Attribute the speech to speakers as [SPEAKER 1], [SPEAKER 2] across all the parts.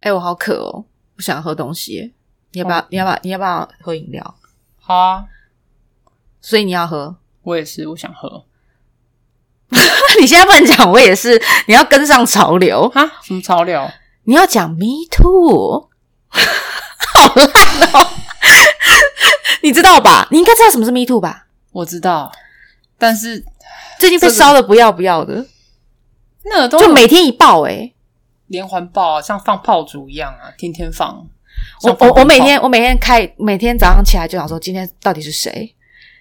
[SPEAKER 1] 哎、我好渴哦，我想喝东西耶。你要不要？你要不要？你要不要喝饮料？
[SPEAKER 2] 好啊，
[SPEAKER 1] 所以你要喝。
[SPEAKER 2] 我也是，我想喝
[SPEAKER 1] 你现在不能讲，我也是。你要跟上潮流，
[SPEAKER 2] 哈，什么潮流？
[SPEAKER 1] 你要讲 me too，好烂哦！ 你知道吧？你应该知道什么是 me too 吧？
[SPEAKER 2] 我知道，但是
[SPEAKER 1] 最近被
[SPEAKER 2] 这个
[SPEAKER 1] 烧的不要不要的，
[SPEAKER 2] 那个都
[SPEAKER 1] 就每天一爆哎、
[SPEAKER 2] 连环爆啊，像放炮竹一样啊，天天放。
[SPEAKER 1] 我
[SPEAKER 2] 像放
[SPEAKER 1] 我我每
[SPEAKER 2] 鞭
[SPEAKER 1] 天我每天开每天早上起来就想说，今天到底是谁？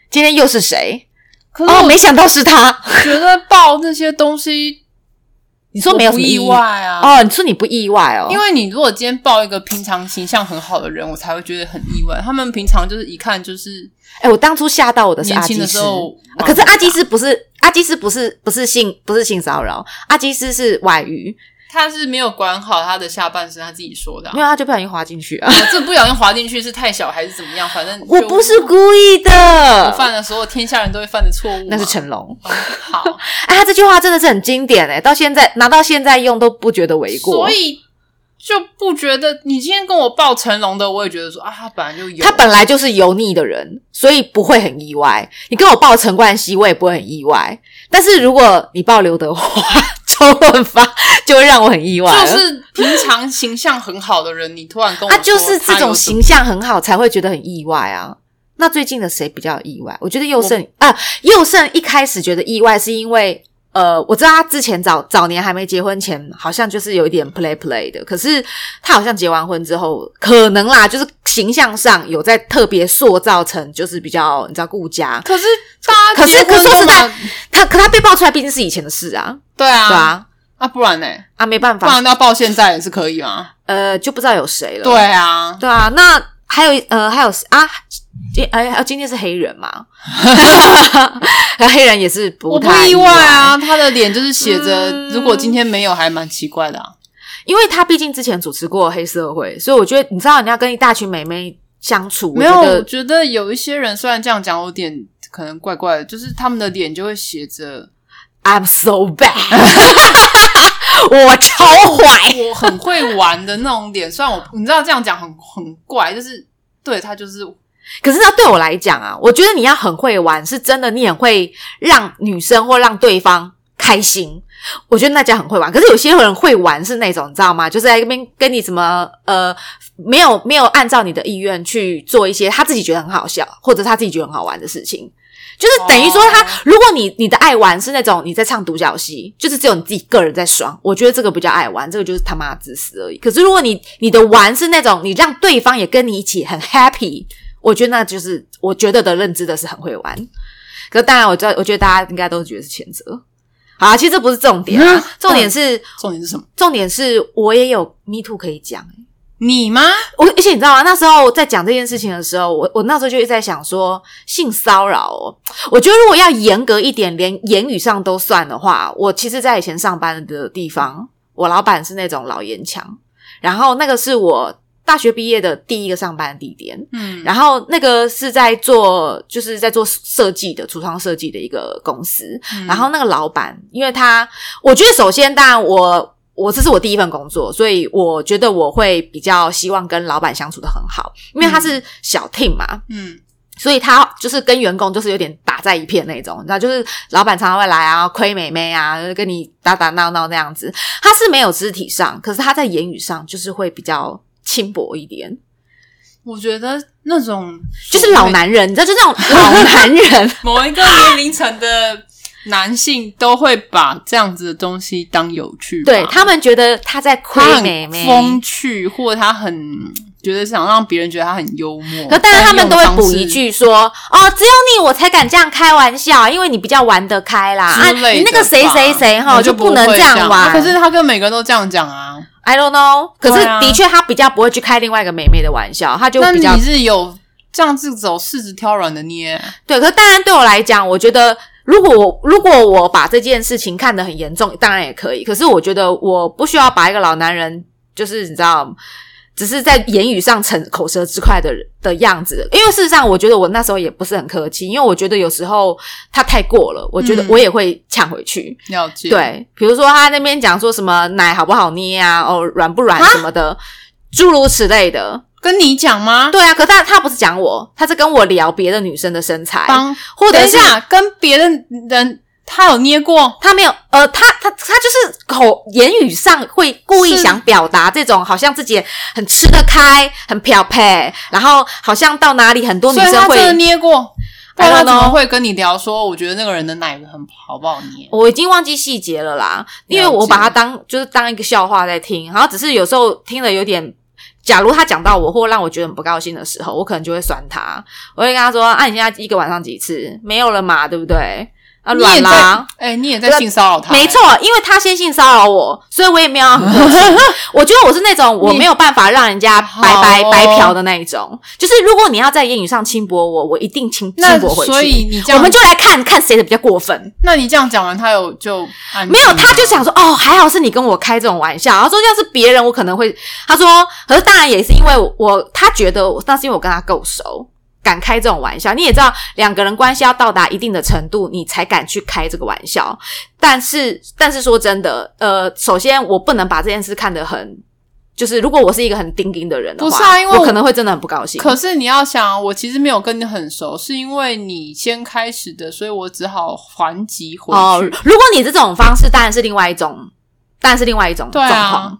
[SPEAKER 1] 今天又是谁？
[SPEAKER 2] 炮，可
[SPEAKER 1] 哦，
[SPEAKER 2] 是
[SPEAKER 1] 没想到是他。
[SPEAKER 2] 我觉得爆那些东西，
[SPEAKER 1] 你说没有什
[SPEAKER 2] 我不
[SPEAKER 1] 么
[SPEAKER 2] 意
[SPEAKER 1] 义
[SPEAKER 2] 外？啊，
[SPEAKER 1] 哦，你说你不意外哦？
[SPEAKER 2] 因为你如果今天抱一个平常形象很好的人，我才会觉得很意外。他们平常就是一看就是
[SPEAKER 1] 哎、我当初吓到我的是
[SPEAKER 2] 年
[SPEAKER 1] 阿
[SPEAKER 2] 轻
[SPEAKER 1] 基
[SPEAKER 2] 的
[SPEAKER 1] 斯，
[SPEAKER 2] 时候
[SPEAKER 1] 啊可是阿基斯不是阿基斯不是不是性不是性骚扰，阿基斯是外遇，
[SPEAKER 2] 他是没有管好他的下半身，他自己说的、啊
[SPEAKER 1] 没。有他就不小心滑进去 啊！
[SPEAKER 2] 我这不小心滑进去是太小还是怎么样？反正
[SPEAKER 1] 我
[SPEAKER 2] 就
[SPEAKER 1] 不是故意
[SPEAKER 2] 我
[SPEAKER 1] 的，
[SPEAKER 2] 犯了所有天下人都会犯的错误嘛。
[SPEAKER 1] 那是成龙。
[SPEAKER 2] 哦好，
[SPEAKER 1] 哎、他这句话真的是很经典哎、到现在拿到现在用都不觉 得为过。
[SPEAKER 2] 所以就不觉得你今天跟我报成龙的，我也觉得说啊，他本来就有。
[SPEAKER 1] 他本来就是油腻的人，所以不会很意外。你跟我报陈冠希，我也不会很意外。但是如果你报刘德华、 周润发，就会让我很意外了。
[SPEAKER 2] 就是平常形象很好的人，你突然跟我
[SPEAKER 1] 啊，
[SPEAKER 2] 说
[SPEAKER 1] 就是这
[SPEAKER 2] 他有
[SPEAKER 1] 种
[SPEAKER 2] 什
[SPEAKER 1] 形
[SPEAKER 2] 么
[SPEAKER 1] 象很好，才会觉得很意外啊。那最近的谁比较意外？我觉得佑胜啊，佑胜一开始觉得意外，是因为呃，我知道他之前早早年还没结婚前，好像就是有一点 play play 的。可是他好像结完婚之后，可能啦，就是形象上有在特别塑造成，就是比较你知道顾家。
[SPEAKER 2] 可是大家
[SPEAKER 1] 可是
[SPEAKER 2] 结婚
[SPEAKER 1] 可是说实在
[SPEAKER 2] 干嘛
[SPEAKER 1] 他可他被爆出来，毕竟是以前的事啊，
[SPEAKER 2] 对啊，
[SPEAKER 1] 对啊，
[SPEAKER 2] 啊，不然呢？
[SPEAKER 1] 啊，没办
[SPEAKER 2] 不
[SPEAKER 1] 法，
[SPEAKER 2] 然要报现在也是可以吗？
[SPEAKER 1] 呃，就不知道有谁了。
[SPEAKER 2] 对啊，
[SPEAKER 1] 对啊，那还有呃，还有啊，今哎、啊今天是黑人嘛， 黑人也是不
[SPEAKER 2] 我不
[SPEAKER 1] 太
[SPEAKER 2] 意
[SPEAKER 1] 外
[SPEAKER 2] 外，啊，他的脸就是写着，
[SPEAKER 1] 嗯
[SPEAKER 2] 如果今天没有，还蛮奇怪的啊。
[SPEAKER 1] 因为他毕竟之前主持过黑社会，所以我觉得你知道你要跟一大群美眉相处，
[SPEAKER 2] 没有，
[SPEAKER 1] 我觉
[SPEAKER 2] 我
[SPEAKER 1] 得
[SPEAKER 2] 觉得有一些人虽然这样讲，有点可能怪怪的，就是他们的脸就会写着
[SPEAKER 1] I'm so bad，我超坏，
[SPEAKER 2] 我很会玩的那种脸。虽然我你知道这样讲很很怪，就是对他就是
[SPEAKER 1] 可是那对我来讲啊，我觉得你要很会玩，是真的，你很会让女生或让对方开心。我觉得那叫很会玩，可是有些人会玩是那种，你知道吗？就是在那边跟你怎么呃，没有没有按照你的意愿去做一些他自己觉得很好笑，或者他自己觉得很好玩的事情。就是等于说他
[SPEAKER 2] 哦
[SPEAKER 1] 如果你你的爱玩是那种你在唱独角戏，就是只有你自己个人在爽，我觉得这个不叫爱玩，这个就是他妈的自私而已。可是如果你你的玩是那种你让对方也跟你一起很 happy，我觉得那就是我觉得的认知的是很会玩。可是当然，我知道，我觉得大家应该都觉得是谴责。好啊，其实这不是重点啊
[SPEAKER 2] 嗯，
[SPEAKER 1] 重点是
[SPEAKER 2] 重点是什么？
[SPEAKER 1] 重点是我也有 me too 可以讲。
[SPEAKER 2] 你吗？
[SPEAKER 1] 我而且你知道吗？那时候在讲这件事情的时候，我我那时候就一直在想说，性骚扰、哦，我觉得如果要严格一点，连言语上都算的话，我其实在以前上班的地方，我老板是那种老烟枪，然后那个是我大学毕业的第一个上班的地点，
[SPEAKER 2] 嗯，
[SPEAKER 1] 然后那个是在做，就是在做设计的橱窗设计的一个公司。
[SPEAKER 2] 嗯
[SPEAKER 1] 然后那个老板，因为他，我觉得首先，当然我我这是我第一份工作，所以我觉得我会比较希望跟老板相处的很好，因为他是小 team 嘛，
[SPEAKER 2] 嗯，
[SPEAKER 1] 所以他就是跟员工就是有点打在一片那种，你知道，就是老板常常会来啊，亏美妹啊，就是跟你打打闹闹那样子。他是没有肢体上，可是他在言语上就是会比较轻薄一点。
[SPEAKER 2] 我觉得那种
[SPEAKER 1] 就是老男人，你知道，就那种老男人，
[SPEAKER 2] 某一个年龄层的男性都会把这样子的东西当有趣 吧，
[SPEAKER 1] 对他们觉得他在亏
[SPEAKER 2] 他
[SPEAKER 1] 妹
[SPEAKER 2] 很
[SPEAKER 1] 妹。
[SPEAKER 2] 风趣，或者他很觉得想让别人觉得他很幽默，
[SPEAKER 1] 可但是他们都会补一
[SPEAKER 2] 但
[SPEAKER 1] 句说：“哦，只有你我才敢这样开玩笑，因为你比较玩得开啦。啊，
[SPEAKER 2] 用方式之类
[SPEAKER 1] 你
[SPEAKER 2] 的吧
[SPEAKER 1] 那个谁谁谁哈
[SPEAKER 2] 我就
[SPEAKER 1] 不能
[SPEAKER 2] 会这
[SPEAKER 1] 样玩。
[SPEAKER 2] 啊可是他跟每个人都这样讲啊，
[SPEAKER 1] I don't know，可是
[SPEAKER 2] 对啊
[SPEAKER 1] 的确他比较不会去开另外一个妹妹的玩笑，他就
[SPEAKER 2] 那
[SPEAKER 1] 比较
[SPEAKER 2] 你是有这样子走柿子挑软的捏，
[SPEAKER 1] 对，可是当然对我来讲，我觉得如果我如果我把这件事情看得很严重，当然也可以。可是我觉得我不需要把一个老男人，就是你知道，只是在言语上逞口舌之快的人的样子。因为事实上，我觉得我那时候也不是很客气，因为我觉得有时候他太过了，我觉得
[SPEAKER 2] 嗯
[SPEAKER 1] 我也会呛回去。
[SPEAKER 2] 了解，，
[SPEAKER 1] 对，比如说他那边讲说什么奶好不好捏啊，哦软不软什么的，诸如此类的。
[SPEAKER 2] 跟你讲吗？
[SPEAKER 1] 对啊，可他他不是讲我，他是跟我聊别的女生的身材，
[SPEAKER 2] 帮，
[SPEAKER 1] 或者
[SPEAKER 2] 等一
[SPEAKER 1] 是
[SPEAKER 2] 下，跟别的人他有捏过，
[SPEAKER 1] 他没有，呃，他他他就是口言语上会故意
[SPEAKER 2] 是
[SPEAKER 1] 想表达这种，好像自己很吃得开，很漂配，然后好像到哪里很多女
[SPEAKER 2] 所以
[SPEAKER 1] 生
[SPEAKER 2] 他真的
[SPEAKER 1] 会。
[SPEAKER 2] 捏过，不然
[SPEAKER 1] I
[SPEAKER 2] 他
[SPEAKER 1] don't
[SPEAKER 2] 怎么
[SPEAKER 1] know
[SPEAKER 2] 会跟你聊说，我觉得那个人的奶很好不好捏？
[SPEAKER 1] 我已经忘记细节了啦，因为
[SPEAKER 2] 了解
[SPEAKER 1] 我把它当就是当一个笑话在听，然后只是有时候听了有点，假如他讲到我或让我觉得很不高兴的时候，我可能就会酸他，我会跟他说：“啊，你现在一个晚上几次？没有了嘛，对不对？啊，
[SPEAKER 2] 你也
[SPEAKER 1] 软
[SPEAKER 2] 在
[SPEAKER 1] 啦，，
[SPEAKER 2] 哎、你也在
[SPEAKER 1] 对
[SPEAKER 2] 性骚扰他、哎
[SPEAKER 1] 没错，因为他先性骚扰我，所以我也没有很客气。 我觉得我是那种我没有办法让人家白白
[SPEAKER 2] 好哦
[SPEAKER 1] 白嫖的那一种，就是如果你要在言语上轻薄我，我一定轻
[SPEAKER 2] 那
[SPEAKER 1] 轻薄回去。
[SPEAKER 2] 所以你这
[SPEAKER 1] 我
[SPEAKER 2] 样
[SPEAKER 1] 们，就来看看谁的比较过分。
[SPEAKER 2] 那你这样讲完，他有就安
[SPEAKER 1] 没有，
[SPEAKER 2] 静吗
[SPEAKER 1] 他就想说，哦，还好是你跟我开这种玩笑。他说，要是别人，我可能会。他说，可是当然也是因为我，我他觉得我那是因为我跟他够熟，敢开这种玩笑。你也知道，两个人关系要到达一定的程度，你才敢去开这个玩笑。但是，但是说真的，呃，首先我不能把这件事看得很，就是如果我是一个很钉钉的人的话，
[SPEAKER 2] 不是啊因为
[SPEAKER 1] 我
[SPEAKER 2] 我
[SPEAKER 1] 可能会真的很不高兴。
[SPEAKER 2] 可是你要想，我其实没有跟你很熟，是因为你先开始的，所以我只好还击回
[SPEAKER 1] 哦
[SPEAKER 2] 去。，
[SPEAKER 1] 如果你这种方式，当然是另外一种，当然是另外一种
[SPEAKER 2] 对
[SPEAKER 1] 状
[SPEAKER 2] 啊
[SPEAKER 1] 况。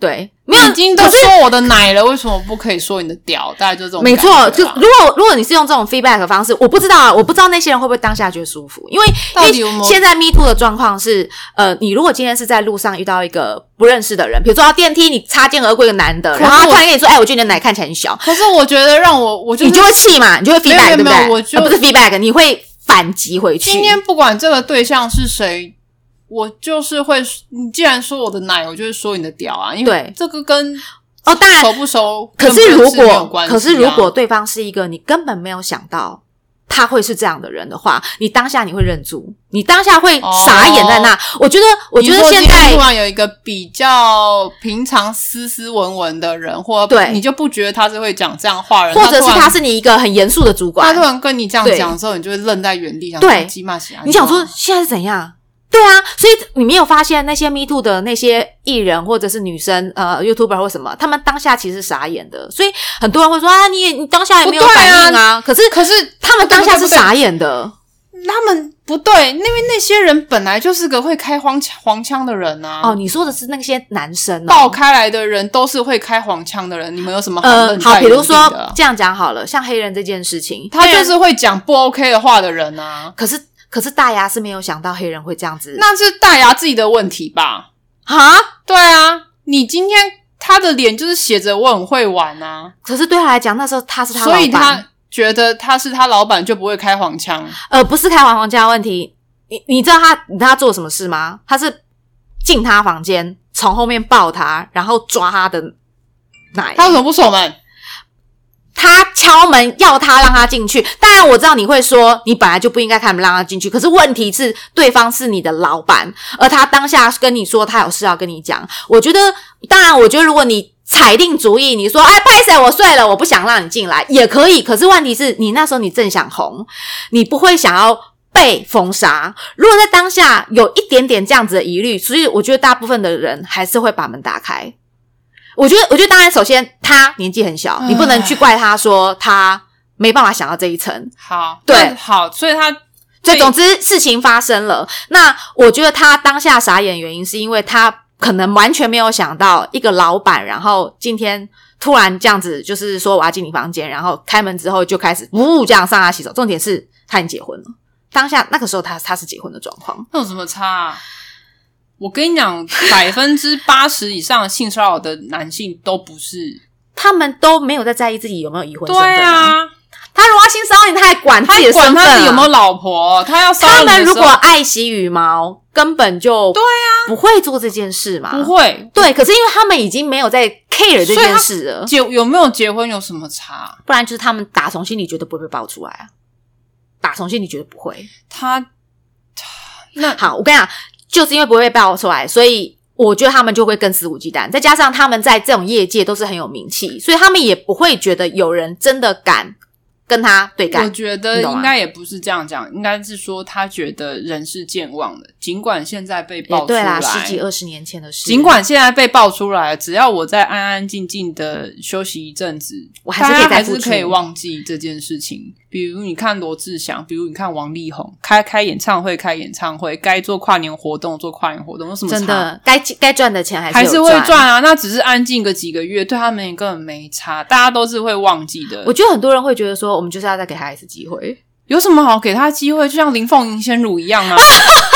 [SPEAKER 1] 对，没
[SPEAKER 2] 你
[SPEAKER 1] 有
[SPEAKER 2] 已经
[SPEAKER 1] 可
[SPEAKER 2] 都
[SPEAKER 1] 是
[SPEAKER 2] 说我的奶了，为什么不可以说你的屌？大概就这种
[SPEAKER 1] 没
[SPEAKER 2] 感觉
[SPEAKER 1] 错，
[SPEAKER 2] 啦，
[SPEAKER 1] 就如果如果你是用这种 feedback 的方式，我不知道啊，我不知道那些人会不会当下觉得舒服，因为
[SPEAKER 2] 到底
[SPEAKER 1] 因
[SPEAKER 2] 有没
[SPEAKER 1] 为
[SPEAKER 2] 有
[SPEAKER 1] 现在 me too 的状况是，呃，你如果今天是在路上遇到一个不认识的人，比如说到电梯你擦肩而过一个男的，
[SPEAKER 2] 可是
[SPEAKER 1] 然后他
[SPEAKER 2] 我
[SPEAKER 1] 突然跟你说，哎、我觉得你的奶看起来很小，
[SPEAKER 2] 可是我觉得让我，我就
[SPEAKER 1] 你就会气嘛，你就会
[SPEAKER 2] 没有
[SPEAKER 1] feedback 对不
[SPEAKER 2] 没有
[SPEAKER 1] 对？
[SPEAKER 2] 我就
[SPEAKER 1] 呃不是 feedback，你会反击回去。
[SPEAKER 2] 今天不管这个对象是谁，我就是会，你既然说我的奶，我就会说你的屌啊，因为
[SPEAKER 1] 对
[SPEAKER 2] 这个跟
[SPEAKER 1] 哦，当然
[SPEAKER 2] 熟不熟，
[SPEAKER 1] 可
[SPEAKER 2] 认
[SPEAKER 1] 是
[SPEAKER 2] 不认
[SPEAKER 1] 如
[SPEAKER 2] 识没有
[SPEAKER 1] 果
[SPEAKER 2] 关，系啊
[SPEAKER 1] 可是如果对方是一个你根本没有想到他会是这样的人的话，你当下你会忍住，你当下会傻眼在那。我觉得，我觉
[SPEAKER 2] 哦你
[SPEAKER 1] 得
[SPEAKER 2] 说
[SPEAKER 1] 现
[SPEAKER 2] 今天
[SPEAKER 1] 在
[SPEAKER 2] 突然有一个比较平常斯斯文文的人，或
[SPEAKER 1] 对
[SPEAKER 2] 你就不觉得他是会讲这样话的人，
[SPEAKER 1] 或者是
[SPEAKER 2] 他突
[SPEAKER 1] 他
[SPEAKER 2] 然
[SPEAKER 1] 是你一个很严肃的主
[SPEAKER 2] 他突
[SPEAKER 1] 管，
[SPEAKER 2] 然跟你这样
[SPEAKER 1] 对
[SPEAKER 2] 讲之后，你就会愣在原地，想
[SPEAKER 1] 对
[SPEAKER 2] 说鸡啊骂起来。
[SPEAKER 1] 你想说现在是怎样？对啊，所以你没有发现那些 Me Too 的那些艺人或者是女生，呃，YouTuber 或什么，他们当下其实是傻眼的。所以很多人会说啊，你也你当下也没有
[SPEAKER 2] 不对
[SPEAKER 1] 反
[SPEAKER 2] 啊
[SPEAKER 1] 应啊。可是
[SPEAKER 2] 可是
[SPEAKER 1] 他们当下是
[SPEAKER 2] 不对不对嗯
[SPEAKER 1] 傻眼的。
[SPEAKER 2] 他们不对，因为那些人本来就是个会开黄腔黄腔的人啊。
[SPEAKER 1] 哦，你说的是那些男生哦，
[SPEAKER 2] 爆开来的人都是会开黄腔的人，你们有什么好
[SPEAKER 1] 呃
[SPEAKER 2] 愣，
[SPEAKER 1] 好，
[SPEAKER 2] 哦在
[SPEAKER 1] 比
[SPEAKER 2] 原
[SPEAKER 1] 如
[SPEAKER 2] 地的啊、
[SPEAKER 1] 说这样讲好了，像黑人这件事情，
[SPEAKER 2] 他
[SPEAKER 1] 黑
[SPEAKER 2] 就
[SPEAKER 1] 人，
[SPEAKER 2] 是会讲不 OK 的话的人啊，
[SPEAKER 1] 可是可是大牙是没有想到黑人会这样子，
[SPEAKER 2] 那是大牙自己的问题吧？
[SPEAKER 1] 啊，
[SPEAKER 2] 对啊，你今天他的脸就是写着我很会玩啊，
[SPEAKER 1] 可是对他来讲，那时候他是他
[SPEAKER 2] 所以
[SPEAKER 1] 老板
[SPEAKER 2] 他觉得他是他老板就不会开黄腔，
[SPEAKER 1] 呃不是开黄黄家的问题，你你知道他你知道他做什么事吗？他是进他房间，从后面抱他，然后抓他的奶，
[SPEAKER 2] 他为什么不锁门？
[SPEAKER 1] 他敲门要他让他进去。当然我知道你会说你本来就不应该开门让他进去，可是问题是对方是你的老板，而他当下跟你说他有事要跟你讲。我觉得，当然，我觉得如果你踩定主意，你说哎，不好意思，我睡了，我不想让你进来也可以。可是问题是你那时候你正想红，你不会想要。被封杀，如果在当下有一点点这样子的疑虑，所以我觉得大部分的人还是会把门打开。我觉得，我觉得当然，首先他年纪很小，你不能去怪他说他没办法想到这一层。
[SPEAKER 2] 好，
[SPEAKER 1] 对
[SPEAKER 2] 那好，所以他
[SPEAKER 1] 所以，总之事情发生了。那我觉得他当下傻眼，原因是因为他可能完全没有想到一个老板，然后今天突然这样子，就是说我要进你房间，然后开门之后就开始呜这样上下洗手。重点是他已经结婚了，当下那个时候他他是结婚的状况。
[SPEAKER 2] 那有什么差、啊？我跟你讲，百分之八十以上的性骚扰的男性都不是。
[SPEAKER 1] 他们都没有在在意自己有没有已婚身
[SPEAKER 2] 对
[SPEAKER 1] 份、啊，
[SPEAKER 2] 啊，
[SPEAKER 1] 他如果要性骚扰你，他还管自
[SPEAKER 2] 他
[SPEAKER 1] 己的身
[SPEAKER 2] 管
[SPEAKER 1] 份、啊
[SPEAKER 2] 他自己有没有老婆，他要骚扰
[SPEAKER 1] 他
[SPEAKER 2] 你
[SPEAKER 1] 们
[SPEAKER 2] 的
[SPEAKER 1] 如
[SPEAKER 2] 时
[SPEAKER 1] 果
[SPEAKER 2] 候
[SPEAKER 1] 爱惜羽毛，根本就对啊，不会做这件事嘛。
[SPEAKER 2] 不会啊
[SPEAKER 1] 对，可是因为他们已经没有在 care 这件事了，
[SPEAKER 2] 结有没有结婚有什么差？
[SPEAKER 1] 不然就是他们打从心里觉得不会被爆出来啊，打从心里觉得不会。
[SPEAKER 2] 他那
[SPEAKER 1] 好，我跟你讲，就是因为不会被爆出来，所以我觉得他们就会更肆无忌惮，再加上他们在这种业界都是很有名气，所以他们也不会觉得有人真的敢跟他对
[SPEAKER 2] 我
[SPEAKER 1] 干。
[SPEAKER 2] 觉
[SPEAKER 1] 你
[SPEAKER 2] 得
[SPEAKER 1] 懂吗
[SPEAKER 2] 应该也不是这样讲，应该是说他觉得人是健忘的，尽管现在被
[SPEAKER 1] 也
[SPEAKER 2] 爆出
[SPEAKER 1] 对啦，
[SPEAKER 2] 来，
[SPEAKER 1] 十几二十年前的事，
[SPEAKER 2] 尽管现在被爆出来，只要我再安安静静的休息一阵子，
[SPEAKER 1] 我还是可以
[SPEAKER 2] 大家
[SPEAKER 1] 再
[SPEAKER 2] 还
[SPEAKER 1] 付
[SPEAKER 2] 是
[SPEAKER 1] 出
[SPEAKER 2] 可以忘记这件事情。比如你看罗志祥，比如你看王力宏，开开演唱会开演唱会，该做跨年活动做跨年活动，有什么
[SPEAKER 1] 真
[SPEAKER 2] 差？
[SPEAKER 1] 的该该赚的钱还
[SPEAKER 2] 还
[SPEAKER 1] 是
[SPEAKER 2] 是
[SPEAKER 1] 有
[SPEAKER 2] 会赚啊，那只是安静个几个月，对他们也根本没差，大家都是会忘记的。
[SPEAKER 1] 我觉得很多人会觉得说，我们就是要再给他一次机会。
[SPEAKER 2] 有什么好给他机会？就像林凤营先乳一样啊，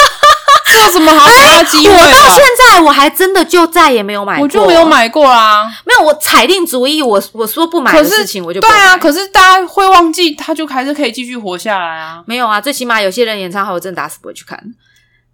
[SPEAKER 2] 这有什么好给他机会
[SPEAKER 1] 我到
[SPEAKER 2] 的？
[SPEAKER 1] 现在我还真的就再也没有买过，
[SPEAKER 2] 我就没有，买过啊。
[SPEAKER 1] 没有我踩定主意，我我说不买
[SPEAKER 2] 可
[SPEAKER 1] 的
[SPEAKER 2] 是
[SPEAKER 1] 事情我就不
[SPEAKER 2] 对啊，
[SPEAKER 1] 买
[SPEAKER 2] 可是大家会忘记，他就还是可以继续活下来啊。
[SPEAKER 1] 没有啊，最起码有些人演唱会我真的打死不会去看，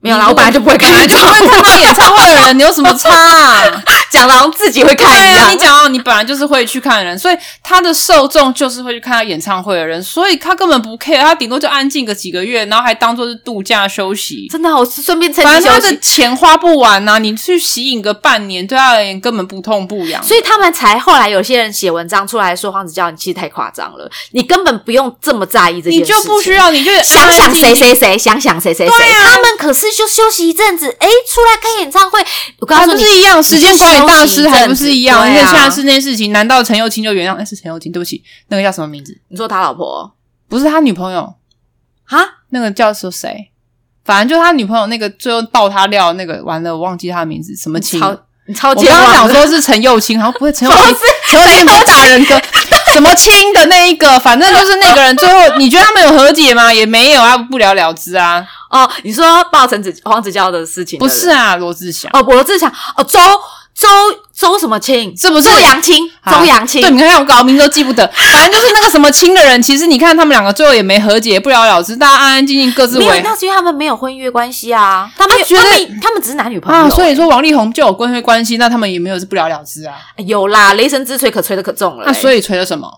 [SPEAKER 1] 没有啦，
[SPEAKER 2] 你
[SPEAKER 1] 我
[SPEAKER 2] 如果
[SPEAKER 1] 本来就不会看
[SPEAKER 2] 本来
[SPEAKER 1] 演
[SPEAKER 2] 就
[SPEAKER 1] 唱
[SPEAKER 2] 会
[SPEAKER 1] 会，
[SPEAKER 2] 看他演唱会的人，你有什 么差啊？
[SPEAKER 1] 讲的好像自己会
[SPEAKER 2] 对
[SPEAKER 1] 看一
[SPEAKER 2] 啊，
[SPEAKER 1] 样。
[SPEAKER 2] 你讲哦，你本来就是会去看的人，所以他的受众就是会去看他演唱会的人，所以他根本不 care，他顶多就安静个几个月，然后还当做是度假休息。
[SPEAKER 1] 真的啊，我是顺便趁
[SPEAKER 2] 反
[SPEAKER 1] 机
[SPEAKER 2] 正
[SPEAKER 1] 休
[SPEAKER 2] 他的
[SPEAKER 1] 息，
[SPEAKER 2] 钱花不完呐、你去吸引个半年，对他而言根本不痛不痒。
[SPEAKER 1] 所以他们才后来有些人写文章出来说黄子佼你其实太夸张了，你根本不用这么在意这件
[SPEAKER 2] 你
[SPEAKER 1] 事情，
[SPEAKER 2] 就不需。要，你就
[SPEAKER 1] 想想谁
[SPEAKER 2] 安静
[SPEAKER 1] 谁谁，想想谁谁谁，
[SPEAKER 2] 对啊
[SPEAKER 1] 他们可是就休息一阵子，诶，出来开演唱会。我告
[SPEAKER 2] 还
[SPEAKER 1] 诉
[SPEAKER 2] 不
[SPEAKER 1] 你，
[SPEAKER 2] 啊是一样，时间管理大
[SPEAKER 1] 你就休息一阵
[SPEAKER 2] 师
[SPEAKER 1] 子
[SPEAKER 2] 还不是一样？
[SPEAKER 1] 对啊
[SPEAKER 2] 因为现在室内事情，难道陈又青就原谅？哎，是陈又青，对不起，那个叫什么名字？
[SPEAKER 1] 你说他老婆
[SPEAKER 2] 不是他女朋友，
[SPEAKER 1] 啊？
[SPEAKER 2] 那个叫说谁？反正就是他女朋友那个最后爆他料的那个，完了我忘记他的名字，什么青？
[SPEAKER 1] 超
[SPEAKER 2] 我
[SPEAKER 1] 你超
[SPEAKER 2] 刚刚
[SPEAKER 1] 忘
[SPEAKER 2] 想
[SPEAKER 1] 了
[SPEAKER 2] 说是陈又青，好像不会陈又青
[SPEAKER 1] 不是，
[SPEAKER 2] 陈又青不是打人哥，什么青的那一个，反正就是那个人。最后你觉得他们有和解吗？也没有啊，不了了之啊。
[SPEAKER 1] 哦，你说抱陈子黄子佼的事情
[SPEAKER 2] 不是
[SPEAKER 1] 对
[SPEAKER 2] 啊，罗志祥
[SPEAKER 1] 不对哦，罗志祥哦，周周周什么清？
[SPEAKER 2] 是不是
[SPEAKER 1] 周扬青？
[SPEAKER 2] 啊
[SPEAKER 1] 周扬青
[SPEAKER 2] 对，你看我搞名字都记不 得，反正就是那个什么亲的人，其实你看他们两个最后也没和解，不了了之，大家安安静静各自啊
[SPEAKER 1] 没有，
[SPEAKER 2] 为
[SPEAKER 1] 那是因为他们没有婚约关系啊，他们
[SPEAKER 2] 他觉得
[SPEAKER 1] 他们他们只是男女朋友
[SPEAKER 2] 啊。所以说王力宏就有婚约关系，那他们也没有是不了了之啊。
[SPEAKER 1] 哎有啦，雷神之锤可吹的可重了、
[SPEAKER 2] 那啊所
[SPEAKER 1] 以
[SPEAKER 2] 以锤了什么？